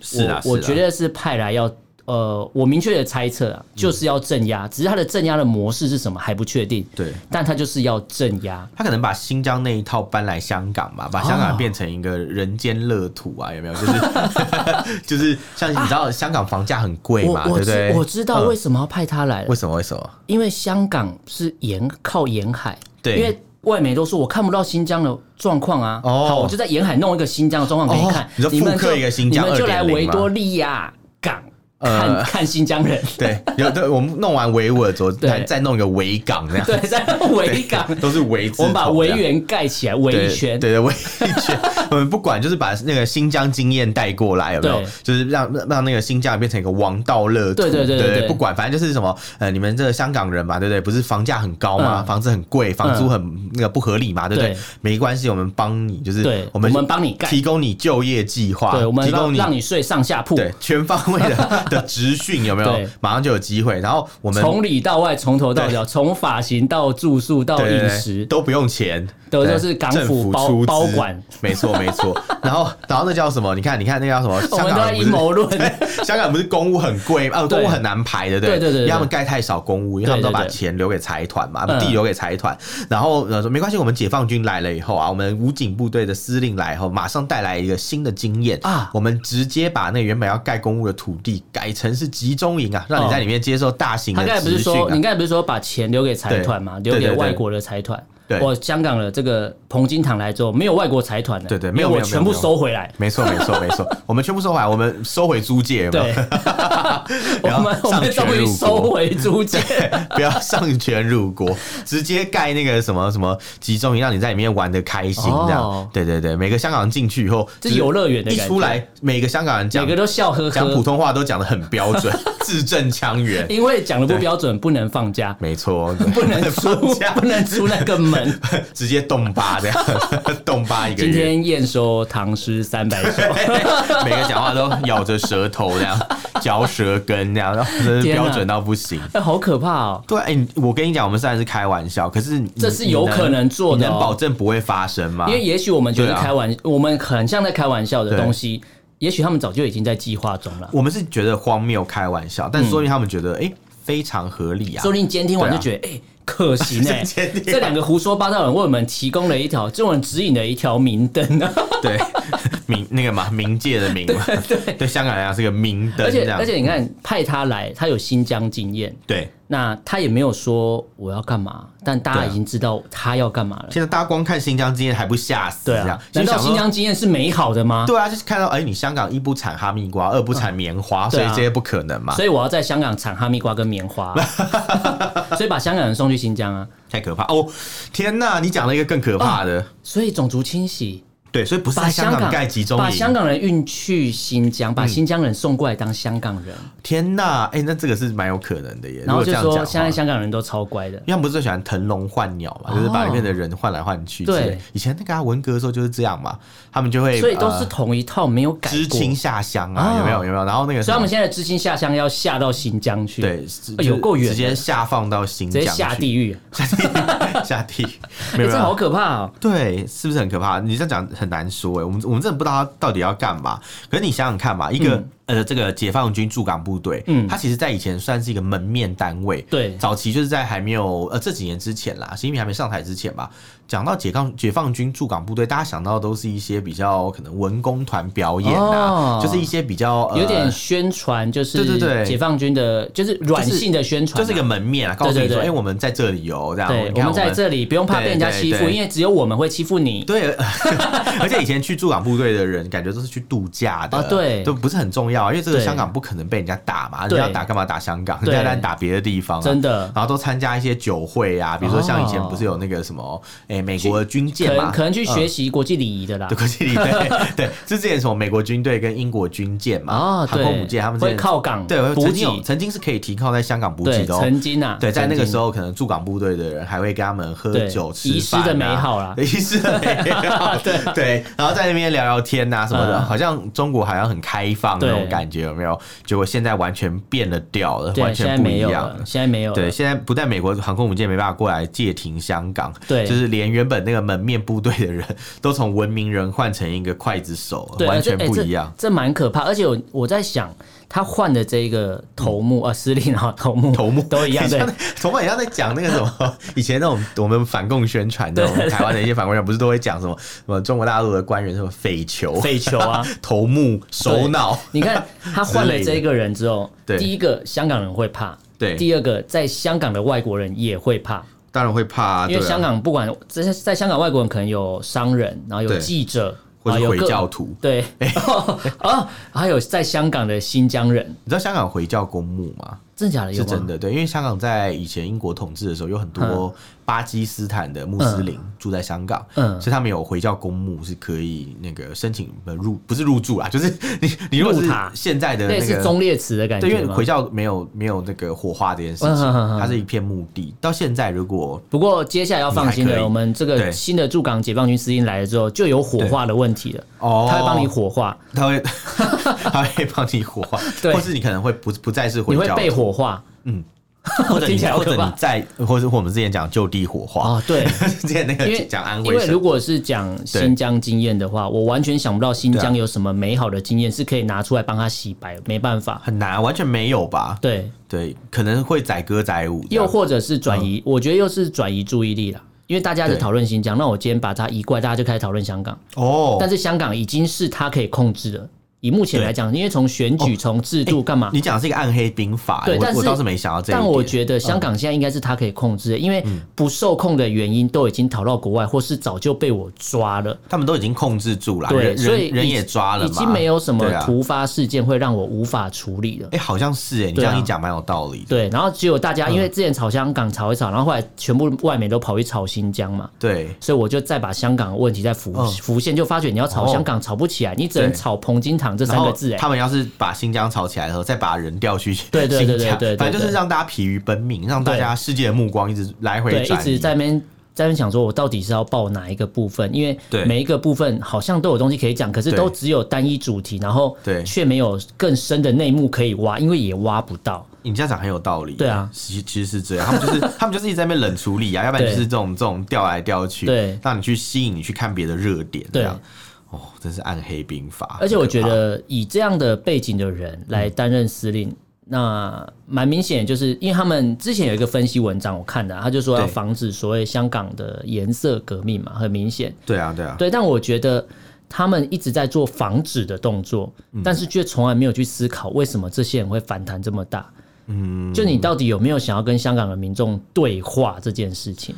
S2: 是啊，
S1: 我我
S2: 是啊
S1: 觉得是派来要。呃，我明确的猜测
S2: 嗯
S1: 啊，就是要镇压，只是他的镇压的模式是什么还不确定，
S2: 对。
S1: 但他就是要镇压。
S2: 他可能把新疆那一套搬来香港
S1: 啊
S2: 吧，把香港变成一个人间乐土啊，有没有？就是 就是像你知道香港房价很贵
S1: 我
S2: 嘛，
S1: 啊我
S2: 对不
S1: 知
S2: 对？嗯
S1: 我知道为什么要派他来了，
S2: 为什么为什么？
S1: 因为香港是沿靠沿海，
S2: 对
S1: 因为。外媒都说我看不到新疆的状况啊，
S2: 哦
S1: 好，我就在沿海弄一个新疆的状况给你看。
S2: 哦你说复刻
S1: 们就
S2: 一个新疆
S1: 你们就来
S2: 2.0
S1: 维多利亚港看、
S2: 呃
S1: 看新疆人，
S2: 对，有对，我们弄完维吾尔族，
S1: 对
S2: 再再弄一个维港这 样，
S1: 对，在维港，
S2: 都是维字头这
S1: 我们
S2: 样，
S1: 把维园盖起来，围一圈，
S2: 对对对，围一圈。 我们不管，就是把那个新疆经验带过来，有没有
S1: 对？
S2: 就是让让那个新疆变成一个王道乐土，
S1: 对对对
S2: 对
S1: 对对
S2: 不管，反正就是什么呃，你们这个香港人嘛，对不对？不是房价很高嘛，
S1: 嗯
S2: 房子很贵，房租很、那个不合理嘛，对不对？
S1: 对
S2: 没关系，我们帮你，就是
S1: 对
S2: 我们
S1: 我们帮你盖
S2: 提供你就业计划，
S1: 对我们
S2: 提供
S1: 让
S2: 你
S1: 让你睡上下铺，
S2: 对全方位的的职训有没有
S1: 对？
S2: 马上就有机会。然后我们
S1: 从里到外，从头到脚，从发型到住宿到
S2: 对对
S1: 饮
S2: 对
S1: 食，
S2: 都不用钱，
S1: 都
S2: 对
S1: 就是港
S2: 政
S1: 府
S2: 府
S1: 包
S2: 出资
S1: 包管，
S2: 没错没错。然后然后那叫什么？你看你看那叫什么？
S1: 我
S2: 香
S1: 们
S2: 港
S1: 都在
S2: 人不
S1: 阴
S2: 是
S1: 谋论。
S2: 香港不是公务很贵吗啊，
S1: 对
S2: 公务很难排的，对不
S1: 对对对对
S2: 因为他们盖太少公务，因为他们都把钱留给财团嘛，
S1: 对对对
S2: 地留给财团。然后呃说没关系，我们解放军来了以后啊，我们武警部队的司令来以后，马上带来一个新的经验
S1: 啊
S2: 我们直接把那原本要盖公务的土地改成是集中营啊，让你在里面接受大型
S1: 哦他
S2: 的
S1: 刚才不是
S2: 集训
S1: 说，你
S2: 啊。
S1: 刚才不是说把钱留给财团嘛，留
S2: 对对
S1: 给
S2: 对对
S1: 外国的财团。
S2: 对
S1: 我香港的这个彭金堂来之后，没有外国财团了，
S2: 对对
S1: 因为
S2: 没有没
S1: 我
S2: 有
S1: 全部
S2: 没有
S1: 收回来。
S2: 没错，没错，没错，我们全部收回来，我们收回租界，有没有
S1: 对？，
S2: 然
S1: 我
S2: 后
S1: 们我们
S2: 上
S1: 终
S2: 权
S1: 于
S2: 入
S1: 收
S2: 国
S1: 回租界。
S2: 不要上权辱国，直接盖那个什么什么集中营，让你在里面玩的开心，这样。
S1: 哦
S2: 对对对，每个香港人进去以后，
S1: 这游乐园的
S2: 一
S1: 感
S2: 出
S1: 觉
S2: 来，每个香港人
S1: 每
S2: 讲
S1: 个都笑呵
S2: 讲普
S1: 呵，
S2: 通话都讲的很标 准，字正腔圆。
S1: 因为讲的不标准，不能放假，
S2: 没错，
S1: 不能出
S2: 放假
S1: 不能出那个门。
S2: 直接冻巴这样， 冻巴一个
S1: 今
S2: 月。
S1: 天验收唐诗三百 首，
S2: 每个讲话都咬着舌头这样，嚼舌根这样，然后真是
S1: 天哪
S2: 标准到不行。
S1: 哎，好可怕哦！
S2: 对，哎、你我跟你讲，我们虽然是开玩笑，可是你
S1: 这是有
S2: 你
S1: 可能做的
S2: 你能
S1: 哦
S2: 保证不会发生吗？
S1: 因为也许我们觉得
S2: 对啊
S1: 开玩，我们很像在开玩笑的
S2: 对
S1: 东西，也许他们早就已经在计划中了。
S2: 我们是觉得荒谬开玩笑，但说明他们觉得哎、诶非常合理
S1: 嗯
S2: 啊
S1: 说。不定监听完就觉得，哎、可惜 呢、
S2: 监听完
S1: 这两个胡说八道的人为我们提供了一条，这我们指引了一条明灯 啊！
S2: 对，冥那个嘛，冥界的冥嘛， 对香港来啊讲是个明灯
S1: 而
S2: 这
S1: 且
S2: 样。
S1: 而且你看，派他来，他有新疆经验，
S2: 对，
S1: 那他也没有说我要干嘛，但大家
S2: 对啊
S1: 已经知道他要干嘛了。
S2: 现在大家光看新疆经验还不吓死
S1: 对
S2: 这样
S1: 啊，，难道
S2: 就想说
S1: 新？疆经验是美好的吗？
S2: 对啊，就是看到哎、诶你香港一不产哈密瓜，二不产棉花，所
S1: 对
S2: 以
S1: 啊
S2: 这些不可能嘛，
S1: 所以我要在香港产哈密瓜跟棉 花，
S2: 啊
S1: 所以把香港人送去新疆啊。
S2: 太可怕哦！天哪，你讲了一个更可怕的，
S1: 所以种族清洗，
S2: 对，所以不是
S1: 哦把
S2: 在
S1: 香
S2: 港
S1: 港
S2: 盖集中
S1: 把
S2: 营，嗯
S1: 香港人运去新疆，把新疆人送过来当香港人，
S2: 天哪，哎、那这个是蛮有可能的耶。
S1: 然后
S2: 如果这
S1: 就
S2: 样
S1: 说
S2: 讲的
S1: 现
S2: 话
S1: 在香港人都超乖的。
S2: 因为他们不是最喜欢腾笼换鸟嘛，就是把里面的人换来换去之类。
S1: 哦对
S2: 以前那个啊文革的时候就是这样嘛，他们就会
S1: 所以都
S2: 呃
S1: 是同一套，没有改
S2: 知
S1: 过。
S2: 青下乡
S1: 哦
S2: 啊，有没有有没有？然后那个
S1: 所以他们
S2: 什
S1: 现
S2: 么
S1: 在的知青下乡要下到新疆去，
S2: 对是
S1: 哎有够远的
S2: 直接下放到新
S1: 直
S2: 疆
S1: 接
S2: 去啊
S1: 下地狱，
S2: 下地 下地，
S1: 哎，
S2: 没有
S1: 这
S2: 没
S1: 好
S2: 有。
S1: 可怕哦！
S2: 对，是不是很可怕？你这样讲很难说哎、我们我们真的不知道他到底要干嘛。可是你想想看嘛，一个、
S1: 嗯
S2: 呃，这个解放军驻港部队，嗯，它其实在以前算是一个门面单位，
S1: 对
S2: 早期就是在还没有呃这几年之前啦，习近平还没上台之前吧。讲到解放解放军驻港部队，大家想到都是一些比较可能文工团表演啊，
S1: 哦
S2: 就是一些比较、呃、
S1: 有点宣传，就
S2: 对对对
S1: 是解放军的，就是软性的宣传
S2: 就
S1: 啊，
S2: 是一个门面啊，告诉
S1: 对
S2: 你
S1: 对
S2: 说，哎、
S1: 对
S2: 我们在这里哦，这样，
S1: 对
S2: 你，
S1: 我
S2: 看
S1: 们在这里不用怕被人家欺
S2: 对
S1: 负，
S2: 对对
S1: 因为只有我们会欺负你。
S2: 对， 而且以前去驻港部队的人，感觉都是去度假的，
S1: 啊对
S2: 都不是很重要，因为这个
S1: 对
S2: 香港不可能被人家打嘛，人
S1: 对
S2: 家打干嘛打香港，人
S1: 对
S2: 家在打别的地方、啊，
S1: 真的
S2: 然后都参加一些酒会啊，比如说像以前不是有那个什么，哎、美国的军
S1: 可
S2: 舰嘛嗯
S1: 能，可能去学习国际礼仪的啦
S2: 对，，国际礼对对，是之前什么美国军队跟英国军舰嘛，
S1: 哦
S2: 航空母舰他们之
S1: 会
S2: 前
S1: 靠港
S2: 对，
S1: 补
S2: 曾经有
S1: 给，
S2: 曾经是可以停靠在香港补给
S1: 对，
S2: 的、哦，
S1: 曾经啊，
S2: 对，在那个时
S1: 候，
S2: 候，可能驻港部队的人还会跟他们喝
S1: 对
S2: 酒、吃
S1: 遗失
S2: 饭、啊、
S1: 的美好 啦
S2: 对遗失的美 好，对然后在那边聊聊天呐、什么的，
S1: 嗯
S2: 好像中国好像很开放那种
S1: 对
S2: 感觉，有没有？结果现在完全变了调了，
S1: 对，
S2: 完
S1: 现在
S2: 全不
S1: 没
S2: 一
S1: 有
S2: 样
S1: 了，。嗯现在没有了，
S2: 对，现在不但美国航空母舰没办法过来借停香港，
S1: 对
S2: 就是连原本那个门面部队的人都从文明人换成一个刽子手，
S1: 对，
S2: 完
S1: 而且
S2: 全
S1: 哎
S2: 不
S1: 这
S2: 一样。
S1: 这蛮可怕。而且我我在想，他换的这个头目啊，司令啊，头目，
S2: 头目
S1: 都一样，对，，
S2: 头目 很像在讲那个什么， 以前那种我们反共宣传的，
S1: 对
S2: 我们台湾的一些反共宣传，不是都会讲什么什么中国大陆的官员什么匪 囚、
S1: 废球啊。
S2: 头目、首脑，
S1: 你看他换了这个人之后，
S2: 对
S1: 第一个香港人会怕，
S2: 对
S1: 第二个在香港的外国人也会怕，
S2: 当然会怕啊，
S1: 因为
S2: 对啊
S1: 香港不管在在香港外国人可能有商人，然后有
S2: 对
S1: 记者。
S2: 或
S1: 啊
S2: 是
S1: 有
S2: 回
S1: 各
S2: 教徒，
S1: 对，哦哦，还有在香港的新疆人，
S2: 你知道香港回教公墓吗？
S1: 真假的有
S2: 是
S1: 吗
S2: 真的，对，因为香港在以前英国统治的时候，有很多巴基斯坦的穆斯林住在香港，
S1: 嗯
S2: 所以他们有回教公墓是可以那个申请呃入不是入住啊，就是你你如果
S1: 入
S2: 是
S1: 塔
S2: 现在的
S1: 类
S2: 那
S1: 似
S2: 个。
S1: 忠烈祠的感
S2: 对，因
S1: 觉
S2: 为
S1: 吗
S2: 回？教没有没有那个火化这件事
S1: 嗯哼哼
S2: 情，
S1: 哼
S2: 它是一片墓地。到现在，如果
S1: 不过接下来要放心
S2: 你还可
S1: 了，
S2: 以
S1: 我们这个
S2: 对
S1: 新的驻港解放军司令来了之后，就有火化的问题了。
S2: 哦
S1: 他会帮你火化，
S2: 他会他会帮你火化，
S1: 对
S2: 或是你可能会不不再是回
S1: 你会
S2: 教徒，
S1: 被火化，
S2: 嗯或者
S1: 听
S2: 你
S1: 起来好
S2: 或
S1: 可
S2: 者
S1: 怕
S2: 你在，或者我们之前讲就地火化，
S1: 哦，对，
S2: 之前那
S1: 因
S2: 个
S1: 为
S2: 讲安
S1: 因
S2: 徽
S1: 为
S2: 省
S1: 如，果是讲新疆经验的话，我完全想不到新疆
S2: 对啊
S1: 有什么美好的经验是可以拿出来帮他洗白，没办法。
S2: 很难，完全没有吧？
S1: 对，
S2: 对，啊可能会载歌载舞这样，
S1: 又或者是转移，我觉得又是转移注意力了。因为大家是
S2: 嗯对
S1: 讨论新疆，那我今天把它移过来，大家就开始讨论香港。
S2: 哦，
S1: 但是香港已经是他可以控制的。以目前来讲，因为从选举、从制度干嘛，
S2: 你讲的是一个暗黑兵法，
S1: 对
S2: 哦我
S1: 但是
S2: 我倒是没想到这一点。嗯
S1: 但我觉得香港现在应该是他可以控制的，因为不受控的原因都已经逃到国外，或是早就被我抓了。
S2: 他们都已经控制住了，
S1: 对，
S2: 啊人
S1: 所以
S2: 人人
S1: 已
S2: 也抓了
S1: 已
S2: 嘛，
S1: 经没有什么
S2: 对啊
S1: 突发事件会让我无法处理了。
S2: 哎，好像是哎，你
S1: 对
S2: 这
S1: 啊
S2: 样一讲蛮有道理的。
S1: 对，然后只有大家，
S2: 嗯
S1: 因为之前炒香港炒一炒，然后后来全部外媒都跑去炒新疆嘛，
S2: 对，
S1: 所以我就再把香港的问题再浮、
S2: 嗯哦
S1: 浮现，就发觉你要炒香港炒不起来，你只能
S2: 对
S1: 炒彭金堂这
S2: 然
S1: 三个
S2: 后
S1: 字、哎，
S2: 他们要是把新疆吵起来的时候，再把人调去新疆，
S1: 对对对对对对对
S2: 反正就是让大家疲于奔命，让大家世界的目光一直来回
S1: 对，一
S2: 转移，
S1: 直在那边在那边想说，我到底是要报哪一个部分？因为
S2: 对
S1: 每一个部分好像都有东西可以讲，可是
S2: 对
S1: 都只有单一主题，然后
S2: 对
S1: 却没有更深的内幕可以挖，因为也挖不到。
S2: 你这样讲很有道理，
S1: 对啊
S2: 其其实是这样，他们 就是他们就是一直在那边冷处理啊，要不然就是这种这种调来调去，
S1: 对
S2: 让你去吸引你去看别的热点，
S1: 对
S2: 这样，哦，真是暗黑兵法，
S1: 而且我
S2: 很可
S1: 觉
S2: 怕
S1: 得以这样的背景的人来担任司令，那蛮明显，就是因为他们之前有一个分析文章我看的啊、他就说要
S2: 对
S1: 防止所谓香港的颜色革命嘛，很明显。
S2: 对啊对啊，
S1: 对，但我觉得他们一直在做防止的动作，
S2: 嗯
S1: 但是却从来没有去思考为什么这些人会反弹这么大。嗯，就你到底有没有想要跟香港的民众对话这件事情？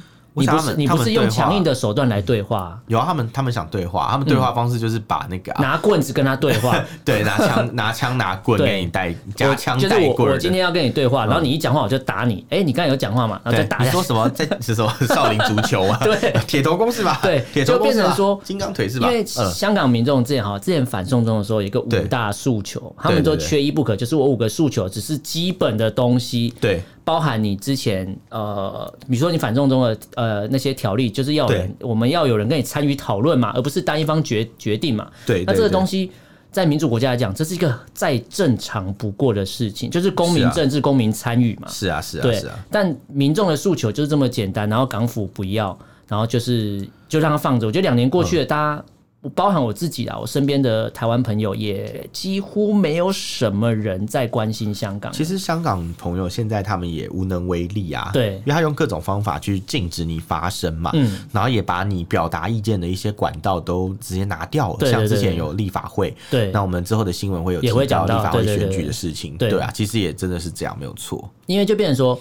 S1: 你
S2: 为啥
S1: 不
S2: 他
S1: 是
S2: 们
S1: 你
S2: 他
S1: 不
S2: 们
S1: 是用
S2: 对话
S1: 强硬的手段来对话啊、
S2: 有啊，他们他们想对话，他们对话方式就是把那个啊、
S1: 嗯拿棍子跟他对 话，
S2: 对拿枪拿枪拿棍
S1: 对
S2: 给你带夹枪
S1: 就是
S2: 带
S1: 我
S2: 棍
S1: 我
S2: 儿
S1: 今
S2: 的。
S1: 天要跟你对话，然后你一讲话我就打你。哎，你刚才有讲话嘛？然后
S2: 对
S1: 再，打下
S2: 你
S1: 去
S2: 说。 什么在是什么少林足球啊？
S1: 对，
S2: 铁头功是吧？
S1: 对
S2: 啊铁头功是
S1: 就
S2: 吧
S1: 变成说
S2: 金刚腿是
S1: 因
S2: 吧？
S1: 为
S2: 嗯，
S1: 香港民众之前哈，之前反送中的时候有一个五
S2: 对
S1: 大诉求，他们都
S2: 对对对
S1: 缺一不可，就是我五个诉求，只是基本的东西，
S2: 对
S1: 包含你之前呃，比如说你反送中的呃那些条例，就是要有人我们要有人跟你参与讨论嘛，而不是单一方决决定嘛。
S2: 对。
S1: 那
S2: 对
S1: 这个
S2: 对
S1: 东西在民主国家来讲，这是一个再正常不过的事情，就是公民
S2: 是啊
S1: 政治、公民参与嘛。
S2: 是啊是啊
S1: 对，
S2: 是啊，
S1: 但民众的诉求就是这么简单，然后港府不要，然后就是就让它放着。我觉得两年过去了，大家。包含我自己啊，我身边的台湾朋友也几乎没有什么人在关心香港。
S2: 其实香港朋友现在他们也无能为力啊，
S1: 对
S2: 因为他用各种方法去禁止你发声嘛，
S1: 嗯
S2: 然后也把你表达意见的一些管道都直接拿掉了，
S1: 对对
S2: 像之
S1: 对
S2: 前
S1: 对
S2: 有立法会，
S1: 对，
S2: 那我们之后的新闻会有
S1: 也会
S2: 提到
S1: 讲到
S2: 立法会
S1: 对对
S2: 选
S1: 对
S2: 举
S1: 对
S2: 的事情，
S1: 对
S2: 啊，其实也真的是这样，没有错，
S1: 因为就变成说，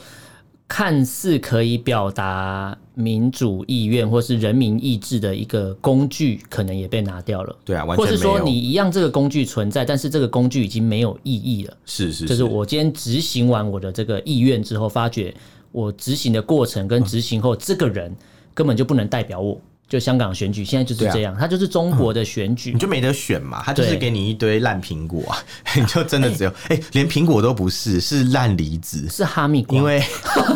S1: 看似可以表达民主意愿或是人民意志的一个工具，可能也被拿掉了。
S2: 对啊，完
S1: 或
S2: 全
S1: 是
S2: 没
S1: 说
S2: 有，
S1: 你一样这个工具存在，但是这个工具已经没有意义了。
S2: 是是
S1: 就是我今天执行完我的这个意愿之后，发觉我执行的过程跟执行后，这个人根本就不能代表我。就香港选举现在就是
S2: 对啊
S1: 这样， 它就是中国的选举
S2: 你。就没得选嘛，他就
S1: 对
S2: 是给你一堆烂苹果啊， 你就真的只有哎、连苹果都不是，是烂梨子，
S1: 是哈密瓜，哦
S2: 因为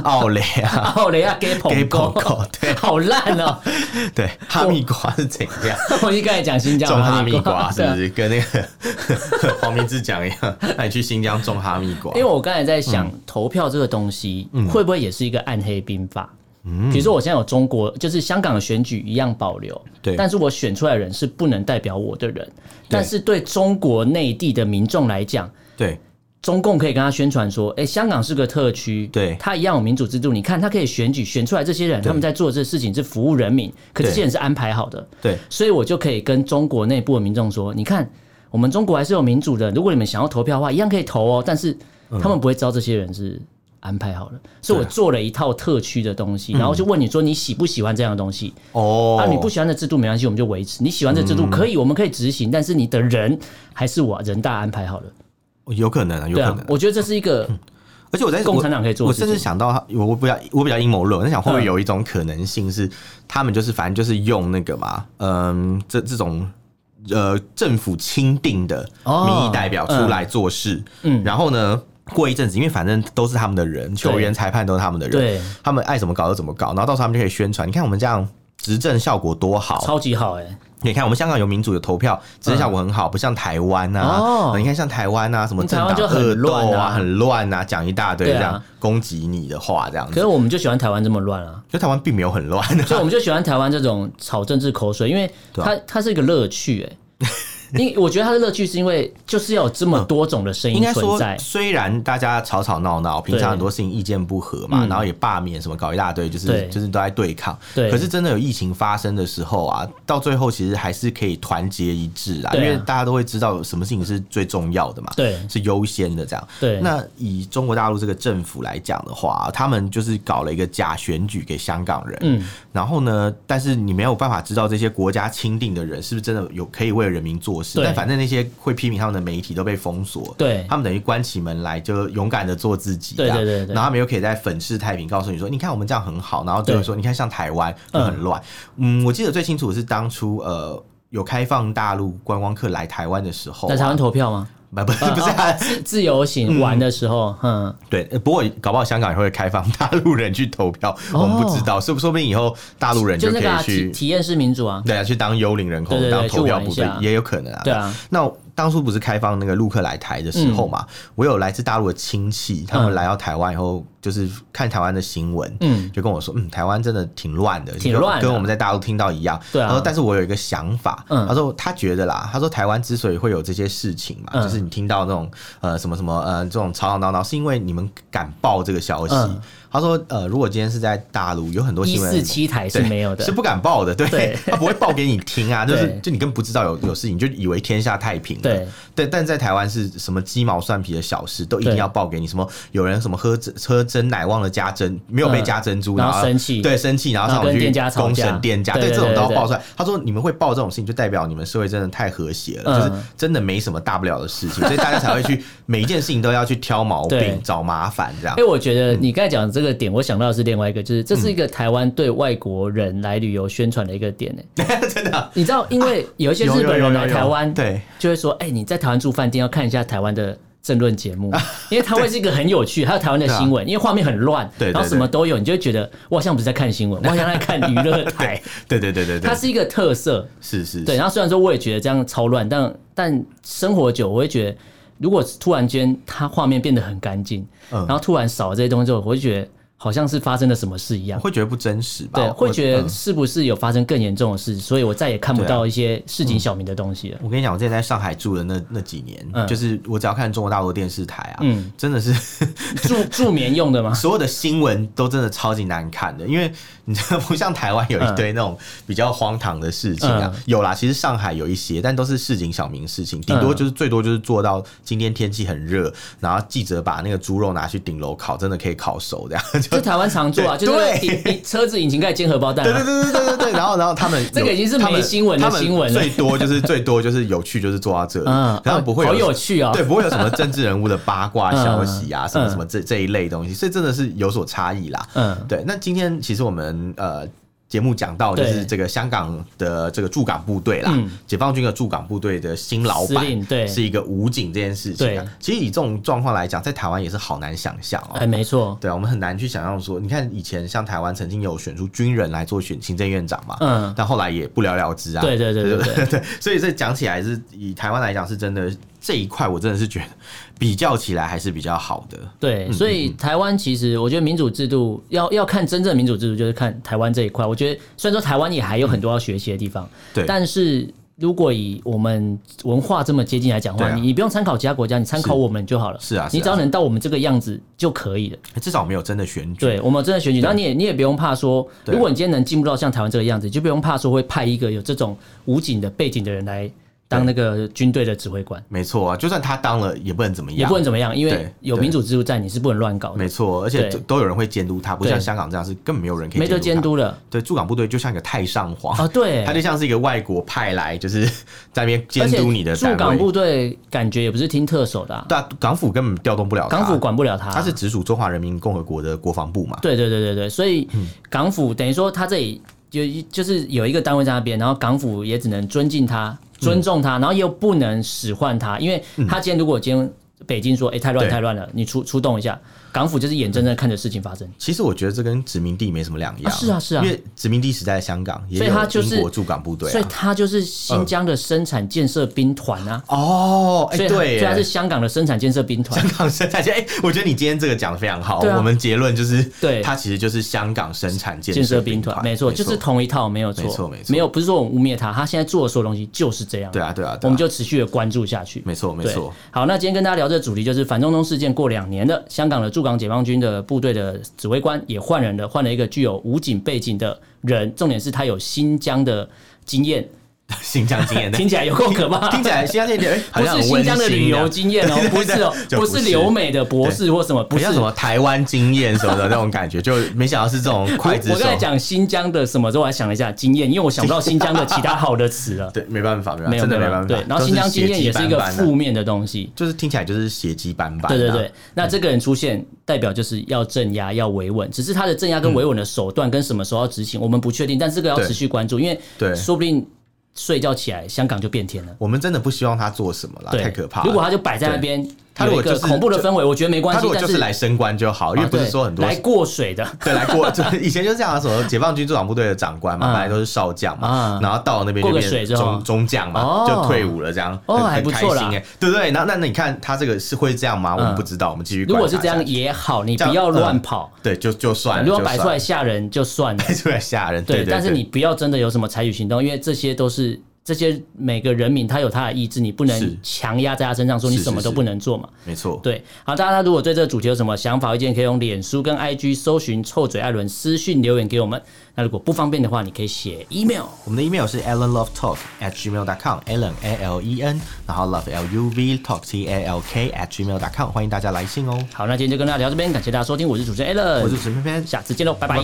S2: 奥雷啊，
S1: 奥雷亚给捧
S2: 给
S1: 狗
S2: 捧狗，对
S1: 好烂哦！
S2: 对，哈密瓜是怎样？
S1: 我一开始讲新疆
S2: 种
S1: 的
S2: 哈密 瓜是
S1: 对啊
S2: 不是跟那个 黄明志讲一样？那你去新疆种哈密瓜
S1: 因为，哎我刚才在
S2: 嗯
S1: 想，投票这个东西会不会也是一个暗黑兵法？
S2: 嗯
S1: 比如说，我现在有中国，就是香港的选举一样保留，
S2: 对
S1: 但是我选出来的人是不能代表我的人，但是对中国内地的民众来讲，
S2: 对
S1: 中共可以跟他宣传说，哎、香港是个特区，
S2: 对
S1: 他一样有民主制度，你看他可以选举，选出来这些人，他们在做这事情是服务人民，可这
S2: 对
S1: 些人是安排好的，
S2: 对
S1: 所以我就可以跟中国内部的民众说，你看我们中国还是有民主的，如果你们想要投票的话，一样可以投哦，但是他们不会知道这些人是。安排好了，所以我
S2: 嗯对啊嗯
S1: 做了一套特区的东西，然后就问你说你喜不喜欢这样的东西？
S2: 哦，嗯
S1: 啊，你不喜欢的制度没关系，我们就维持；你喜欢这制度可以，我们可以执行，但是你的人还是我人大安排好了。
S2: 有可能啊，有
S1: 对
S2: 可
S1: 啊
S2: 能啊，。
S1: 我觉得这是一个
S2: 而且我在
S1: 共产党可以做
S2: 我，我
S1: 的事情嗯
S2: 甚至想到他，我我比较我比较阴谋论，我在想会不会有一种可能性是，他们就是反正就是用那个嘛，嗯，这这种。呃，政府钦定的
S1: 哦
S2: 民意代表出来做事，
S1: 嗯
S2: 然后呢，过一阵子，因为反正都是他们的人，球员、裁判都是他们的人，
S1: 对，
S2: 他们爱怎么搞就怎么搞，然后到时候他们就可以宣传，你看我们这样执政效果多好，
S1: 超级好哎、
S2: 你看，我们香港有民主有投票，执政效果很好，不像台湾呐、
S1: 嗯哦
S2: 你看像台湾呐、什么政党
S1: 台湾就很
S2: 恶斗
S1: 乱
S2: 啊，
S1: 啊
S2: 很乱啊，讲一大堆
S1: 对
S2: 这
S1: 啊
S2: 样、攻击你的话，这样
S1: 可
S2: 子。
S1: 是我们就喜欢台湾这么乱啊，
S2: 就台湾并没有很乱、
S1: 所以我们就喜欢台湾这种炒政治口水，因为
S2: 对啊
S1: 它它是一个乐趣哎、 因为我觉得它的乐趣是因为就是要有这么多种的声
S2: 应
S1: 音
S2: 该
S1: 存
S2: 说
S1: 在，，
S2: 虽然大家吵吵闹闹，平常很多事情意见不合嘛，
S1: 嗯
S2: 然后也罢免什么搞一大堆，就是
S1: 对
S2: 就是都在对抗。
S1: 对
S2: 可是真的有疫情发生的时候啊，到最后其实还是可以团结一致啊，因
S1: 对啊
S2: 为大家都会知道什么事情是最重要的嘛，
S1: 对
S2: 是优先的这样。
S1: 对
S2: 那以中国大陆这个政府来讲的话，他们就是搞了一个假选举给香港人，
S1: 嗯，
S2: 然后呢，但是你没有办法知道这些国家钦定的人是不是真的有可以为人民做事，
S1: 对
S2: 但反正那些会批评他们的媒体都被封锁，
S1: 对
S2: 他们等于关起门来就勇敢的做自己，
S1: 对
S2: 这样
S1: 对对对
S2: 然后他们又可以在粉饰太平，告诉你说，你看我们这样很好，然后就会
S1: 对
S2: 说，你看像台湾就很乱，嗯我记得最清楚的是当初呃。有开放大陆观光客来台湾的时候、啊，
S1: 在台湾嗯哦投票吗？
S2: 不不不是、 啊，
S1: 自自由行玩的时候，嗯，
S2: 对，呃不过搞不好香港也会开放大陆人去投票，我们不知道，说不说不定以后大陆人
S1: 哦就
S2: 可
S1: 那个啊
S2: 以
S1: 体
S2: 去
S1: 体验式民主啊，
S2: 对啊，去当幽灵人口，
S1: 对对对
S2: 当投票
S1: 去玩
S2: 部
S1: 一
S2: 分
S1: 下
S2: 也有可能啊。
S1: 对啊，
S2: 那当初不是开放那个陆客来台的时候嘛，我有来自大陆的亲戚，他们
S1: 嗯
S2: 来到台湾以后，就是看台湾的新闻，
S1: 嗯
S2: 就跟我说，嗯，台湾真的挺乱的，
S1: 挺
S2: 就
S1: 乱的
S2: 跟我们在大陆听到一样。
S1: 对啊
S2: 他说，但是我有一个想法，
S1: 嗯
S2: 他说他觉得啦，他说台湾之所以会有这些事情嘛，
S1: 嗯
S2: 就是你听到那种呃什么什么呃这种吵吵闹闹，是因为你们敢报这个消息。
S1: 嗯
S2: 他说，呃，如果今天是在大陆，有很多
S1: 一
S2: 新闻
S1: 四七台是
S2: 对，
S1: 没有的
S2: 是，不敢报的，对，
S1: 对
S2: 他不会报给你 听啊，就是
S1: 对
S2: 就你根本不知道有有事情，就以为天下太平了，
S1: 对
S2: 对，但在台湾是什么鸡毛蒜皮的小事都一定
S1: 对
S2: 要报给你，什么有人什么喝 喝真奶忘了加珍，没有被
S1: 嗯
S2: 加珍珠，
S1: 然后
S2: 后
S1: 生气
S2: 对，生气，然后
S1: 然后
S2: 上网
S1: 跟
S2: 去
S1: 店家吵
S2: 公
S1: 架
S2: 审店家，
S1: 对
S2: 对，
S1: 对
S2: 这种都要
S1: 对对
S2: 爆出来。他说你们会报这种事情，就代表你们社会真的太和谐了，
S1: 嗯
S2: 就是真的没什么大不了的事情，所以大家才会去每一件事情都要去挑毛 病
S1: 对、
S2: 找麻烦这样
S1: 哎、。我觉得
S2: 嗯
S1: 你刚才讲这个点，我想到的是另外一个，就是这是一个台湾对外国人来旅游宣传的一个点、欸，
S2: 真的啊
S1: 你知道，因为有一些
S2: 有
S1: 日本
S2: 有有
S1: 人
S2: 有
S1: 来
S2: 有
S1: 台湾，
S2: 对，
S1: 就会说，哎、你在台湾住饭店要看一下台湾的。政论节
S2: 啊
S1: 目，因为它会是一个很有趣，还有台湾的新闻，因为画面很乱，
S2: 对对对
S1: 然后什么都有，你就会觉得我好像不是在看 新闻，我好像在看娱乐台，
S2: 对对对对对
S1: 它，哎是一个特色。
S2: 是是
S1: 对，
S2: 是
S1: 然后虽然说我也觉得这样超乱，但但生活久，我会觉得，如果突然间它画面变得很干净，
S2: 嗯
S1: 然后突然少了这些东西之后，我会觉得好像是发生了什么事一样。
S2: 会觉得不真实吧？
S1: 对，
S2: 我
S1: 会觉
S2: 嗯
S1: 得是不是有发生更严重的事，所以我再也看不
S2: 对啊
S1: 到一些市井小民的东西了。
S2: 我跟你讲，我之前在上海住的那那几年，
S1: 嗯
S2: 就是我只要看中国大陆的电视台啊，
S1: 嗯
S2: 真的是
S1: 助 助眠用的吗？
S2: 所有的新闻都真的超级难看的，因为你知道，不像台湾有一堆那种比较荒唐的事情啊，
S1: 嗯
S2: 有啦，其实上海有一些，但都是市井小民事情，顶多就是、最多就是做到今天天气很热，然后记者把那个猪肉拿去顶楼烤，真的可以烤熟这样，就
S1: 这台湾常做啊，
S2: 对
S1: 就是那个
S2: 对
S1: 引引车子引擎盖煎荷包蛋、
S2: 对对
S1: 啊。
S2: 对对对对对，然后然后他们 有
S1: 这个已经是没
S2: 他们
S1: 新闻的
S2: 他们
S1: 新闻了
S2: 最 多就是最多就是有趣就是做到这里，
S1: 嗯
S2: 然后不会
S1: 好有趣哦
S2: 对，不会有什么政治人物的八卦消息啊，
S1: 嗯
S2: 什么什么这这一类东西，所以真的是有所差异啦。
S1: 嗯，
S2: 对，那今天其实我们呃。节目讲到就是
S1: 对
S2: 这个香港的这个驻港部队啦，
S1: 嗯
S2: 解放军的驻港部队的新老
S1: 司令
S2: 板，
S1: 对
S2: 是一个武警这件事情、啊
S1: 对。
S2: 其实以这种状况来讲，在台湾也是好难想象哦、
S1: 哎，没错。
S2: 对啊，我们很难去想象说，你看以前像台湾曾经有选出军人来做选行政院长嘛，
S1: 嗯
S2: 但后来也不了了之啊。
S1: 对对对对对
S2: 对， 所以这讲起来是以台湾来讲是真的这一块，我真的是觉得比较起来还是比较好的。
S1: 对，所
S2: 嗯
S1: 以台湾其实我觉得民主制度要要看真正民主制度，就是看台湾这一块。我觉得虽然说台湾也还有很多要学习的地方，
S2: 对
S1: 但是如果以我们文化这么接近来讲的话，
S2: 对啊
S1: 你你不用参考其他国家，你参考我们就好了。
S2: 是啊是啊
S1: 你只要能到我们这个样子就可以了。
S2: 至少没有真的选举。
S1: 对，我们真的选举，然后你也你也不用怕说，
S2: 对
S1: 如果你今天能进步到像台湾这个样子，你就不用怕说会派一个有这种武警的背景的人来当那个军队的指挥官，
S2: 没错啊，就算他当了也不能怎么样，
S1: 也不能怎么样，因为
S2: 对
S1: 有民主制度在，你是不能乱搞的
S2: 没，错，而且
S1: 对
S2: 都都有人会监督他，不像
S1: 对
S2: 香港这样是根本没有人可以
S1: 没得
S2: 监
S1: 监
S2: 督
S1: 督了
S2: 他。对，驻港部队就像一个太上皇
S1: 啊。对
S2: 他，就像是一个外国派来，就是 在那边监
S1: 而且
S2: 督你的
S1: 驻
S2: 单
S1: 港
S2: 位。
S1: 部队感觉也不是听特首的啊，
S2: 对啊，港府根本调动不了他，
S1: 港府管不了他，啊
S2: 他啊是直属中华人民共和国的国防部嘛。
S1: 对对对对对，所以
S2: 嗯
S1: 港府等于说他这里就就是有一个单位在那边，然后港府也只能尊敬他、
S2: 嗯
S1: 尊重他，然后又不能使唤他，因为他今天如果今天北京说，哎、太乱
S2: 对
S1: 太乱了，你出出动一下，港府就是眼睁睁地看着事情发生。
S2: 其实我觉得这跟殖民地没什么两样、
S1: 啊是啊是啊
S2: 因为殖民地时代的香港也
S1: 所以他
S2: 有
S1: 就
S2: 英
S1: 是
S2: 国驻港部队、啊，
S1: 所以他就是新疆的生产建设兵团啊，
S2: 哦，哎、
S1: 所以他
S2: 对耶，
S1: 所以 他是香港的生产建设兵团
S2: 香，港生产建，哎、我觉得你今天这个讲的非常好。
S1: 对啊
S2: 我们结论就是，
S1: 对
S2: 它其实就是香港生产建
S1: 建设
S2: 兵
S1: 兵团，没错，就是同一套，没有错，
S2: 没错没错
S1: 有不是说我们污蔑他，他现在做的所有东西就是这样，
S2: 对啊对啊对啊嗯
S1: 我们就持续的关注下去，
S2: 没错没
S1: 对
S2: 错。
S1: 好，那今天跟大家聊这个主题就是反中东事件过两年了，香港的驻港解放军的部队的指挥官也换人了，换了一个具有武警背景的人，重点是他有新疆的经 验，
S2: 新疆经验，
S1: 听起来有够可怕。
S2: 听起来新疆经验，哎、好
S1: 不
S2: 像
S1: 是
S2: 很
S1: 新
S2: 温
S1: 疆的旅游
S2: 馨
S1: 经验哦，不
S2: 对对
S1: 是
S2: 对
S1: 哦，
S2: 就
S1: 不
S2: 不
S1: 是
S2: 是
S1: 留美的博士或什 么，不
S2: 很
S1: 是
S2: 像什么台湾经验什么的那种感觉，就没想到是这种刽子
S1: 我
S2: 手
S1: 刚。才讲新疆的什么之后，我还想了一下经验，因为我想不到新疆的其他好的词了
S2: 。对，没办法，没办法，
S1: 没有
S2: 真的没
S1: 有
S2: 办法。
S1: 对，然后新疆经验也是一个
S2: 都血迹斑斑啊
S1: 负面的东西。
S2: 就是听起来就是血迹斑斑、啊。
S1: 对对对，那这个人出现，代表就是要镇压、要维稳，只是他的镇压跟维稳的手段跟什么时候要执行，我们不确定，但这个要
S2: 对
S1: 持续关注，因
S2: 对
S1: 为说不定睡觉起来香港就变天了。
S2: 我们真的不希望他做什么啦，
S1: 对，
S2: 啊太可怕了。
S1: 如果他就摆在那边，
S2: 他如
S1: 有
S2: 果
S1: 一个
S2: 就是
S1: 恐怖的氛围，我觉得没关
S2: 他
S1: 系
S2: 如。果
S1: 但
S2: 就是来升官就好，因为
S1: 啊
S2: 不是
S1: 对
S2: 说很多
S1: 来过水的，
S2: 对，来过，就是以前就这样啊，什么解放军驻港部队的长官
S1: 嗯
S2: 嘛，本来都是少将嘛，
S1: 嗯
S2: 然后到那边
S1: 过
S2: 就
S1: 个
S2: 变
S1: 水之后
S2: 中中将嘛
S1: 哦，
S2: 就退伍了，这样
S1: 哦
S2: 很
S1: 还
S2: 很
S1: 不
S2: 开
S1: 错
S2: 心
S1: 啦嗯
S2: 哎，对不对？那那你看他这个是会这样吗？我们不知道，我们继续
S1: 如
S2: 观
S1: 果
S2: 察
S1: 是
S2: 一
S1: 这
S2: 下。
S1: 样也好，你
S2: 这样
S1: 不要
S2: 嗯
S1: 乱跑，
S2: 对，就就算了，
S1: 如果
S2: 就
S1: 摆出
S2: 算
S1: 来
S2: 了
S1: 吓人就算了。
S2: 摆 出来吓人，
S1: 对，
S2: 对，
S1: 但是
S2: 对
S1: 你不要真的有什么采取行动，因为这些都是这些每个人民他有他的意志，你不
S2: 是
S1: 能强压在他身上说你
S2: 是
S1: 什么
S2: 是
S1: 都
S2: 是
S1: 不能做嘛。
S2: 没错，
S1: 对，好，大家如果对这个主题有什么想法、意见，可以用脸书跟 IG 搜寻“臭嘴艾伦”私讯留言给我们。那如果不方便的话，你可以写 email。
S2: 我们的 email 是 allenlovetalk at gmail.com，allen a l e n，然后 love l u v talk t a l k at gmail.com，欢迎大家来信哦。
S1: 好，那今天就跟大家聊这边，感谢大家收听，我是主持人 Alan，
S2: 我是陈偏偏，
S1: 下次见喽，
S2: 拜拜。